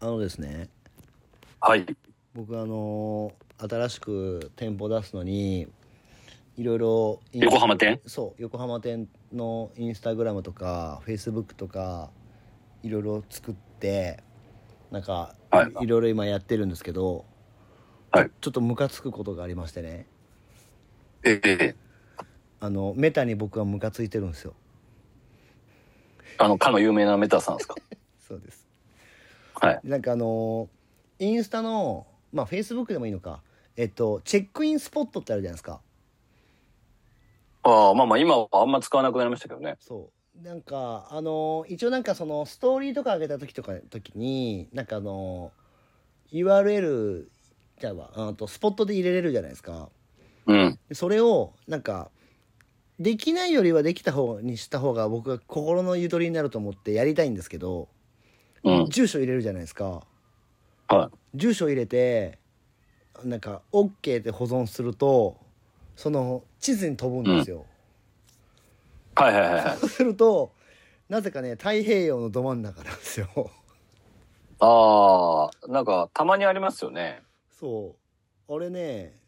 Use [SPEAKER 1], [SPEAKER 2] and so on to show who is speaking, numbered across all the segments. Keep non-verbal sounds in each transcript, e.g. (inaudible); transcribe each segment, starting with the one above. [SPEAKER 1] あのですね
[SPEAKER 2] はい。
[SPEAKER 1] 僕あの新しく店舗出すのにいろいろイン
[SPEAKER 2] 横浜店
[SPEAKER 1] そう横浜店のインスタグラムとかフェイスブックとかいろいろ作ってなんか、
[SPEAKER 2] はい
[SPEAKER 1] いろいろ今やってるんですけど、
[SPEAKER 2] はい
[SPEAKER 1] ちょっとムカつくことがありましてね
[SPEAKER 2] ええ
[SPEAKER 1] あのメタに僕はムカついてるんですよ
[SPEAKER 2] あの、かの有名なメタさんですか。
[SPEAKER 1] そうです
[SPEAKER 2] はい。
[SPEAKER 1] なんかあのインスタのまあフェイスブックでもいいのかえっとチェックインスポットってあるじゃないですか
[SPEAKER 2] ああ、まあまあ、今はあんま使わなくなりましたけどね。
[SPEAKER 1] そうなんかあのー一応なんかそのストーリーとか上げた時とか時になんかあのー URL じゃあわあとスポットで入れれるじゃないですか
[SPEAKER 2] うん。
[SPEAKER 1] でそれをなんかできないよりはできた方にした方が僕が心のゆとりになると思ってやりたいんですけど
[SPEAKER 2] うん。
[SPEAKER 1] 住所入れるじゃないですか
[SPEAKER 2] は
[SPEAKER 1] 住所入れてなんか OK で保存するとその地図に飛ぶんですよ、
[SPEAKER 2] い。はいはいはいはい。
[SPEAKER 1] (laughs) そうするとなぜかね太平洋のど真ん中なんですよ
[SPEAKER 2] ああ、なんか、たまにありますよね。
[SPEAKER 1] そうあれね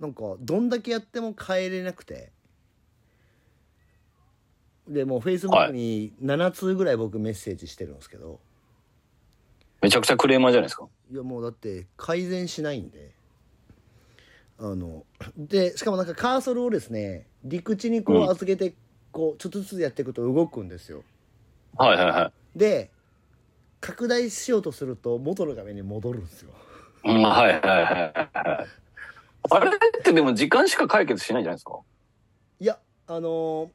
[SPEAKER 1] なんかどんだけやっても帰れなくてでもうフェイスブックに7通ぐらい僕メッセージしてるんですけど、
[SPEAKER 2] めちゃくちゃクレーマーじゃないですか。
[SPEAKER 1] い、やもうだって改善しないんであのでしかもなんかカーソルをですね陸地にこ
[SPEAKER 2] う
[SPEAKER 1] うん預けてこうちょっとずつやっていくと動くんですよ
[SPEAKER 2] はいはいは
[SPEAKER 1] で拡大しようとすると元の画面に戻るんですよ
[SPEAKER 2] い。うん、はいはいはいはいはい。あれってでも時間しか解決しないじゃないですか。
[SPEAKER 1] いやあのー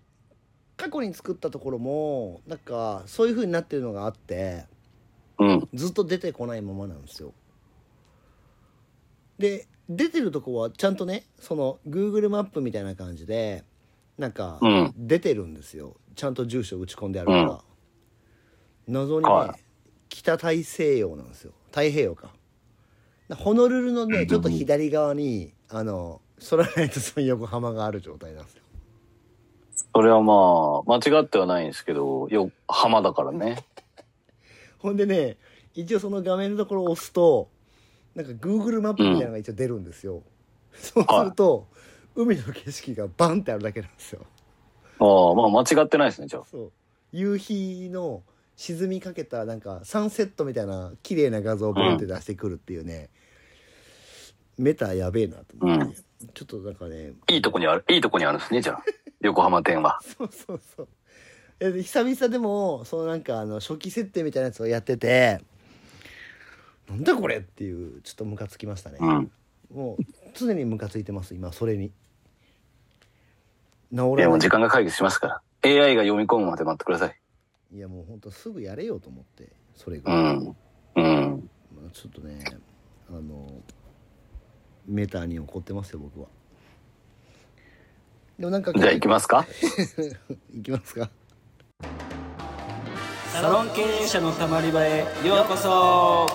[SPEAKER 1] 過去に作ったところもなんかそういう風になってるのがあって
[SPEAKER 2] うん。
[SPEAKER 1] ずっと出てこないままなんですよで出てるとこはちゃんとねその Google マップみたいな感じでなんか
[SPEAKER 2] うん
[SPEAKER 1] 出てるんですよ、ちゃんと住所打ち込んであるから、謎にね、
[SPEAKER 2] は
[SPEAKER 1] 北大西洋なんですよ太平洋かなホノルルのねちょっと左側にあのソラライトスの横浜がある状態なんですよ
[SPEAKER 2] それはまあ、間違ってはないんですけど、よ、浜だからね。
[SPEAKER 1] ほんでね一応その画面のところを押すとなんか Google マップみたいなのが一応出るんですよ、そうすると、海の景色がバンってあるだけなんですよ
[SPEAKER 2] ああ、まあ間違ってないですね、じゃあ。
[SPEAKER 1] そう夕日の沈みかけたなんかサンセットみたいな綺麗な画像をボンって出してくるっていうね、メタやべえなと思って、ちょっとなんかね
[SPEAKER 2] いいとこにある、いいとこにあるんですね、じゃあ。横浜店は。
[SPEAKER 1] そうそうそうえで久々でもそのなんかあの初期設定みたいなやつをやっててなんだこれっていうちょっとムカつきましたね、
[SPEAKER 2] うん。
[SPEAKER 1] もう常にムカついてます今それに治
[SPEAKER 2] いや、
[SPEAKER 1] ら
[SPEAKER 2] も
[SPEAKER 1] な
[SPEAKER 2] う
[SPEAKER 1] い
[SPEAKER 2] 時間が解決しますから。AI が読み込むまで待ってください。
[SPEAKER 1] いやもうほんとすぐやれよと思ってそれ
[SPEAKER 2] う
[SPEAKER 1] が、
[SPEAKER 2] ん。うん。
[SPEAKER 1] まあちょっとねあのメタに怒ってますよ僕はでもなんか
[SPEAKER 2] じゃあ行きますか
[SPEAKER 1] いきますか
[SPEAKER 3] サロン経営者のたまり場へようこそ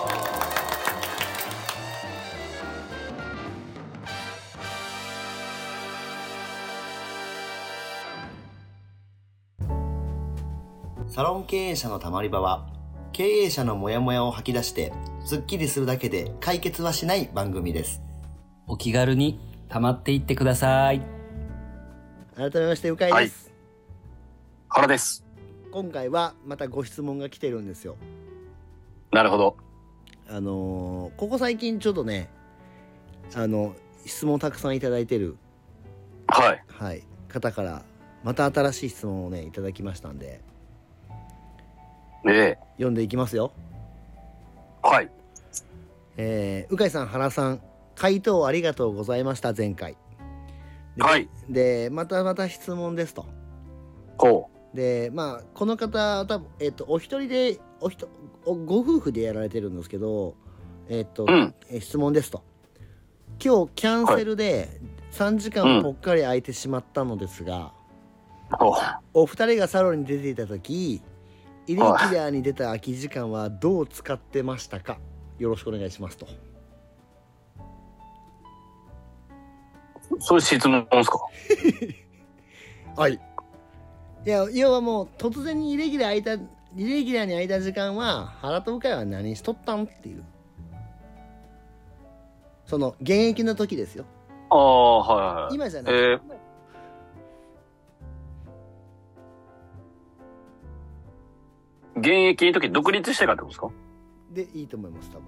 [SPEAKER 1] サロン経営者のたまり場は経営者のモヤモヤを吐き出してスッキリするだけで解決はしない番組です
[SPEAKER 3] お気軽にたまっていってください
[SPEAKER 1] 改めまして鵜飼です、
[SPEAKER 2] 原です。
[SPEAKER 1] 今回はまたご質問が来てるんですよ
[SPEAKER 2] なるほど。
[SPEAKER 1] あのーここ最近ちょっとねあの質問たくさんいただいてる、
[SPEAKER 2] はい。
[SPEAKER 1] はい、方からまた新しい質問をねいただきましたんで
[SPEAKER 2] で、
[SPEAKER 1] 読んでいきますよ
[SPEAKER 2] はい。
[SPEAKER 1] えー、鵜飼さん原さん回答ありがとうございました前回で
[SPEAKER 2] はい。
[SPEAKER 1] でまたまた質問ですと
[SPEAKER 2] こ
[SPEAKER 1] でまあこの方多分、えっとお一人でおひとおご夫婦でやられてるんですけど、えっと
[SPEAKER 2] う。うん。
[SPEAKER 1] え質問ですと今日キャンセルで3時間ぽっかり空いてしまったのですが、
[SPEAKER 2] お
[SPEAKER 1] お二人がサロンに出ていた時イレギュラーに出た空き時間はどう使ってましたかよろしくお願いしますと
[SPEAKER 2] そういう質問ですか
[SPEAKER 1] はいいや要はもう突然にイレギュラー空いたイレギュラーに空いた時間は原と鵜飼は何しとったんっていうその現役の時ですよ
[SPEAKER 2] ああ、はいはい。
[SPEAKER 1] 今じゃない、
[SPEAKER 2] えー、現役の時独立してからってことですか
[SPEAKER 1] でいいと思います多分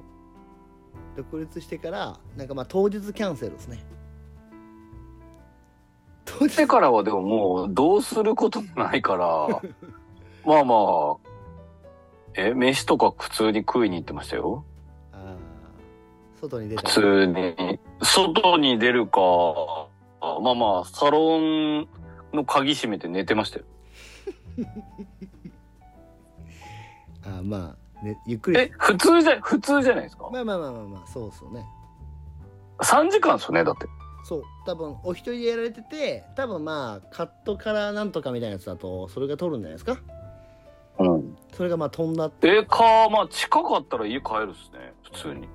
[SPEAKER 1] 独立してからなんかまあ当日キャンセルですね当
[SPEAKER 2] してからはでももうどうすることもないから (laughs) まあまあえ飯とか普通に食いに行ってましたよ
[SPEAKER 1] ああ外に出
[SPEAKER 2] 普
[SPEAKER 1] た
[SPEAKER 2] 通に外に出るかまあまあサロンの鍵閉めて寝てましたよ
[SPEAKER 1] ああまあ、ね、ゆっくり
[SPEAKER 2] え普通じゃ普通じゃないですか
[SPEAKER 1] まあまあまあまあまあそうっすよね
[SPEAKER 2] 3時間ですよねだって
[SPEAKER 1] そう多分お一人でやられてて多分まあカットからなんとかみたいなやつだとそれが取るんじゃないですか
[SPEAKER 2] うん
[SPEAKER 1] それがまあ飛んだって
[SPEAKER 2] えかまあ近かったら家帰るっすね普通に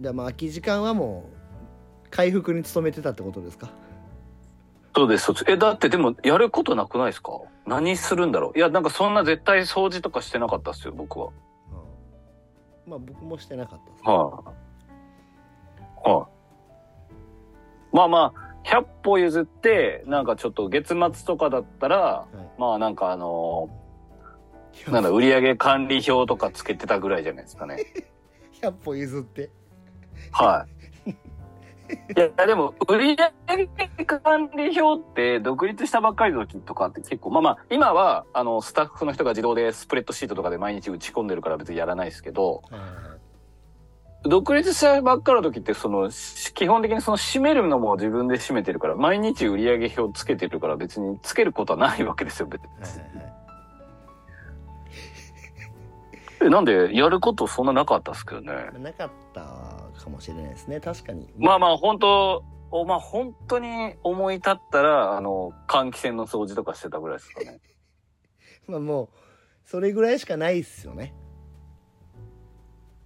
[SPEAKER 1] でまあ空き時間はもう回復に努めてたってことですか
[SPEAKER 2] そうですそうですえだってでもやることなくないですか何するんだろういやなんかそんな絶対掃除とかしてなかったっすよ僕は
[SPEAKER 1] まあ僕もしてなかったです
[SPEAKER 2] はい、はい、まあまあ100歩譲ってなんかちょっと月末とかだったらまあなんかあのーなんだ売上管理表とかつけてたぐらいじゃないですかね
[SPEAKER 1] 100歩譲って
[SPEAKER 2] はいいやでも売上管理表って独立したばっかりの時とかって結構まあまあ今はあのスタッフの人が自動でスプレッドシートとかで毎日打ち込んでるから別にやらないですけど、
[SPEAKER 1] はいはいはい
[SPEAKER 2] 独立したばっかの時ってそのし基本的にその締めるのも自分で締めてるから毎日売上表つけてるから別につけることはないわけですよ別に、
[SPEAKER 1] はいはい
[SPEAKER 2] えなんでやることそんななかったっすけどね
[SPEAKER 1] まあなかったかもしれないですね確かに
[SPEAKER 2] まあまあ本当おまあ本当に思い立ったらあの換気扇の掃除とかしてたぐらいですかね
[SPEAKER 1] まあもうそれぐらいしかないっすよね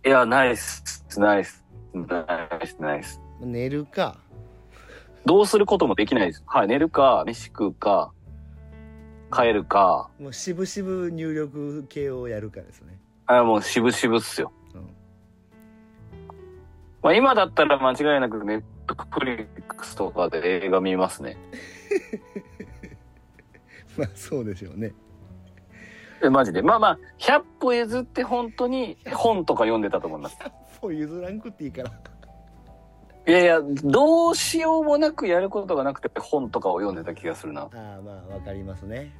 [SPEAKER 2] いやナイスナイスナイスナイス
[SPEAKER 1] 寝るか
[SPEAKER 2] どうすることもできないですはい寝るか飯食うか帰るか
[SPEAKER 1] もうしぶしぶ入力系をやるかですね
[SPEAKER 2] あもう渋々っすよ。
[SPEAKER 1] うん (laughs)
[SPEAKER 2] まあ今だったら間違いなくネットフリックスとかで映画見ますね。
[SPEAKER 1] まあそうでしょうね (laughs)
[SPEAKER 2] えマジで。まあまあ、100歩譲って本当に本とか読んでたと思います。
[SPEAKER 1] 100歩譲らんくっていいから
[SPEAKER 2] いやいや、どうしようもなくやることがなくて本とかを読んでた気がするな。
[SPEAKER 1] ああまあわかりますね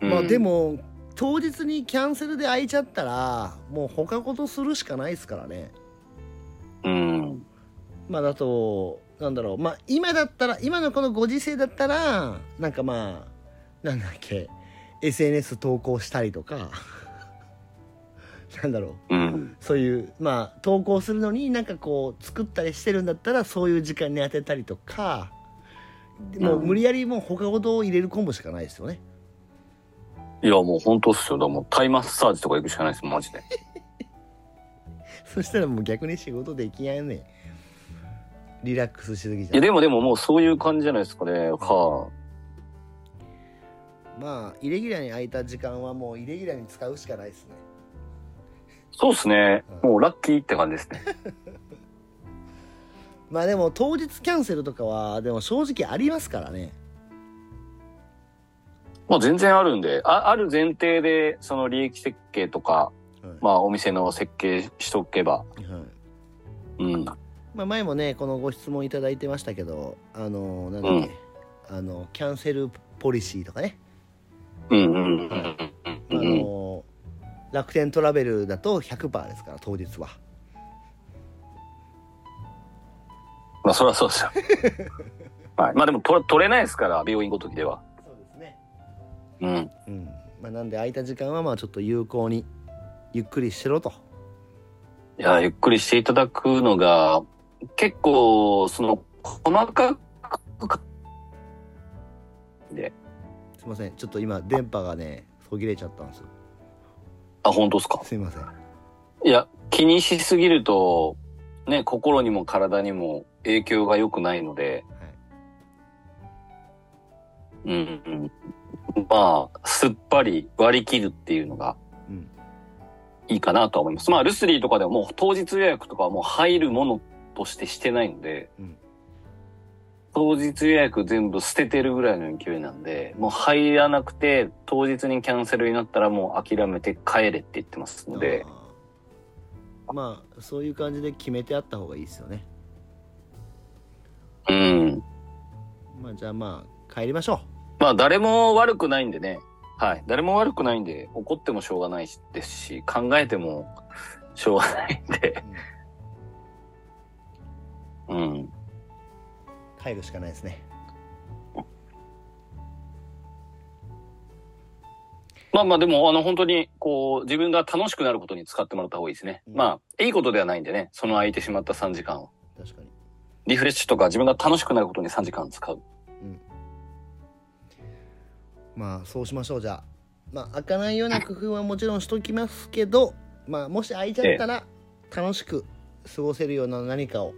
[SPEAKER 2] うん
[SPEAKER 1] まあで、も当日にキャンセルで空いちゃったらもう他事するしかないですからね
[SPEAKER 2] うん。
[SPEAKER 1] まあだとなんだろうまあ今だったら今のこのご時世だったらなんかまあなんだっけ SNS 投稿したりとかなんだろう
[SPEAKER 2] うん。
[SPEAKER 1] そういうまあ投稿するのになんかこう作ったりしてるんだったらそういう時間に当てたりとかでもう
[SPEAKER 2] うん
[SPEAKER 1] 無理やりもう他事を入れる込むしかないですよね
[SPEAKER 2] いや、もう本当っすよ。だからもうタイマッサージとか行くしかないです、マジで。
[SPEAKER 1] そしたらもう逆に仕事できやんねリラックスしすぎ
[SPEAKER 2] い
[SPEAKER 1] ちゃ
[SPEAKER 2] や、
[SPEAKER 1] う
[SPEAKER 2] でもでももうそういう感じじゃないですかね。は
[SPEAKER 1] まあイレギュラーに空いた時間はもうイレギュラーに使うしかないですね
[SPEAKER 2] あ。そうっすね。もうラッキーって感じですね。
[SPEAKER 1] まあでも当日キャンセルとかはでも正直ありますからね
[SPEAKER 2] もう全然あるんで、あある前提で、その利益設計とか、
[SPEAKER 1] はい
[SPEAKER 2] まあお店の設計しとけば、
[SPEAKER 1] はい
[SPEAKER 2] うん。
[SPEAKER 1] まあ、前もねこのご質問いただいてましたけどあのなんだっけ、あのキャンセルポリシーとかね、
[SPEAKER 2] うんうんうんう
[SPEAKER 1] あ
[SPEAKER 2] ん。
[SPEAKER 1] の楽天トラベルだと100%ですから当日は
[SPEAKER 2] まあそりゃそう (laughs) ですよ。はい。まあでも取取れないですから、病院ごときでは。
[SPEAKER 1] そうですね
[SPEAKER 2] うん。
[SPEAKER 1] うんまあ、なんで空いた時間はまあちょっと有効にゆっくりしろと
[SPEAKER 2] いや、ゆっくりしていただくのが、結構、その、細かくか、で、
[SPEAKER 1] すいませんちょっと今電波がね途切れちゃったんですよ
[SPEAKER 2] あ、本当ですか
[SPEAKER 1] すいません
[SPEAKER 2] いや、気にしすぎると、ね、心にも体にも影響が良くないので、うんうん、まあ、すっぱり割り切るっていうのが
[SPEAKER 1] うん、
[SPEAKER 2] いいかなとは思います。まあ、ルスリーとかではもう当日予約とかはもう入るものとしてしてないので、
[SPEAKER 1] うん
[SPEAKER 2] 当日予約全部捨ててるぐらいの勢いなんで、もう入らなくて、当日にキャンセルになったらもう諦めて帰れって言ってますので、
[SPEAKER 1] あーまあそういう感じで決めてあった方がいいですよね
[SPEAKER 2] うん。
[SPEAKER 1] まあじゃあまあ帰りましょ
[SPEAKER 2] まあ、誰も悪くないんでね、はい。誰も悪くないんで、怒ってもしょうがないですし、考えてもしょうがないん
[SPEAKER 1] う、
[SPEAKER 2] で、うん。
[SPEAKER 1] 帰るしかないですね
[SPEAKER 2] まあまあでも、あの本当に、こう、自分が楽しくなることに使ってもらった方がいいですね。
[SPEAKER 1] うん
[SPEAKER 2] まあ、いいことではないんでね、その空いてしまった3時間を。
[SPEAKER 1] 確かに
[SPEAKER 2] リフレッシュとか自分が楽しくなることに3時間使う。
[SPEAKER 1] まあそうしましょうじゃあまあ開かないような工夫はもちろんしときますけどまあもし開いちゃったら楽しく過ごせるような何かを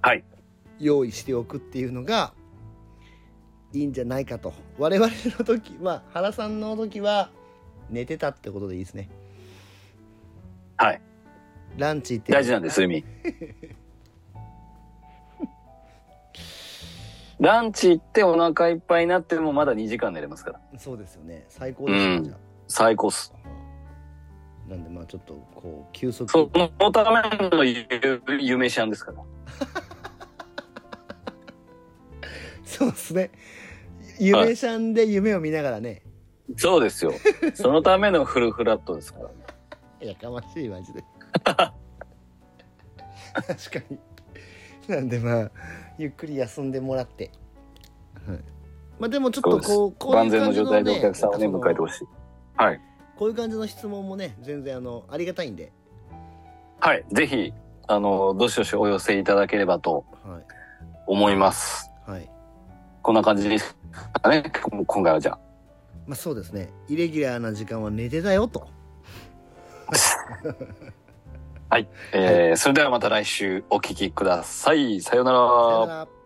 [SPEAKER 2] はい
[SPEAKER 1] 用意しておくっていうのがいいんじゃないかと我々の時まあ原さんの時は寝てたってことでいいですね
[SPEAKER 2] はい
[SPEAKER 1] ランチ行って
[SPEAKER 2] 大事なんです、そういう意味。ランチ行ってお腹いっぱいになってもまだ2時間寝れますから。
[SPEAKER 1] そうですよね最高です
[SPEAKER 2] う
[SPEAKER 1] よ
[SPEAKER 2] ん
[SPEAKER 1] じゃあ
[SPEAKER 2] 最高っす。
[SPEAKER 1] なんでまあちょっとこう休息
[SPEAKER 2] そのためのゆ夢シャンですから。
[SPEAKER 1] そうですね夢シャンで夢を見ながらね
[SPEAKER 2] そうですよ。 (laughs) そのためのフルフラットですから。
[SPEAKER 1] やかましいマジで確かになんでまあゆっくり休んでもらって、はい、まあでもちょっとこうこうい
[SPEAKER 2] 万
[SPEAKER 1] う
[SPEAKER 2] 全
[SPEAKER 1] 感
[SPEAKER 2] の
[SPEAKER 1] じ
[SPEAKER 2] 状
[SPEAKER 1] の
[SPEAKER 2] 態で
[SPEAKER 1] ね
[SPEAKER 2] お客さんをね、
[SPEAKER 1] なんかその
[SPEAKER 2] 迎えてほしい。はい。
[SPEAKER 1] こういう感じの質問もね全然あのありがたいんで、
[SPEAKER 2] はい。ぜひ、あの、どしどしお寄せいただければと
[SPEAKER 1] は
[SPEAKER 2] 思います。
[SPEAKER 1] いはい
[SPEAKER 2] こんな感じですかね。こ今回
[SPEAKER 1] (laughs)
[SPEAKER 2] はじゃ
[SPEAKER 1] まあそうですねイレギュラーな時間は寝てたよと
[SPEAKER 2] あ。えーそれではまた来週お聞きください。さような
[SPEAKER 1] さ
[SPEAKER 2] ら
[SPEAKER 1] よな。ら